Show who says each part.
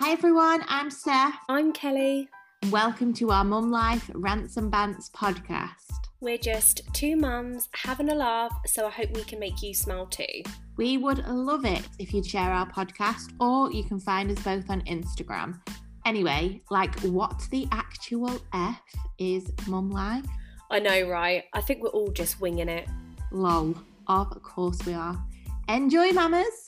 Speaker 1: Hey everyone, I'm Steph.
Speaker 2: I'm Kelly.
Speaker 1: Welcome to our Mum Life Rants and Bants podcast.
Speaker 2: We're just two mums having a laugh, so I hope we can make you smile too.
Speaker 1: We would love it if you'd share our podcast or you can find us both on Instagram. Anyway, like what the actual F is Mum Life?
Speaker 2: I know, right? I think we're all just winging it.
Speaker 1: Lol. Of course we are. Enjoy, mamas.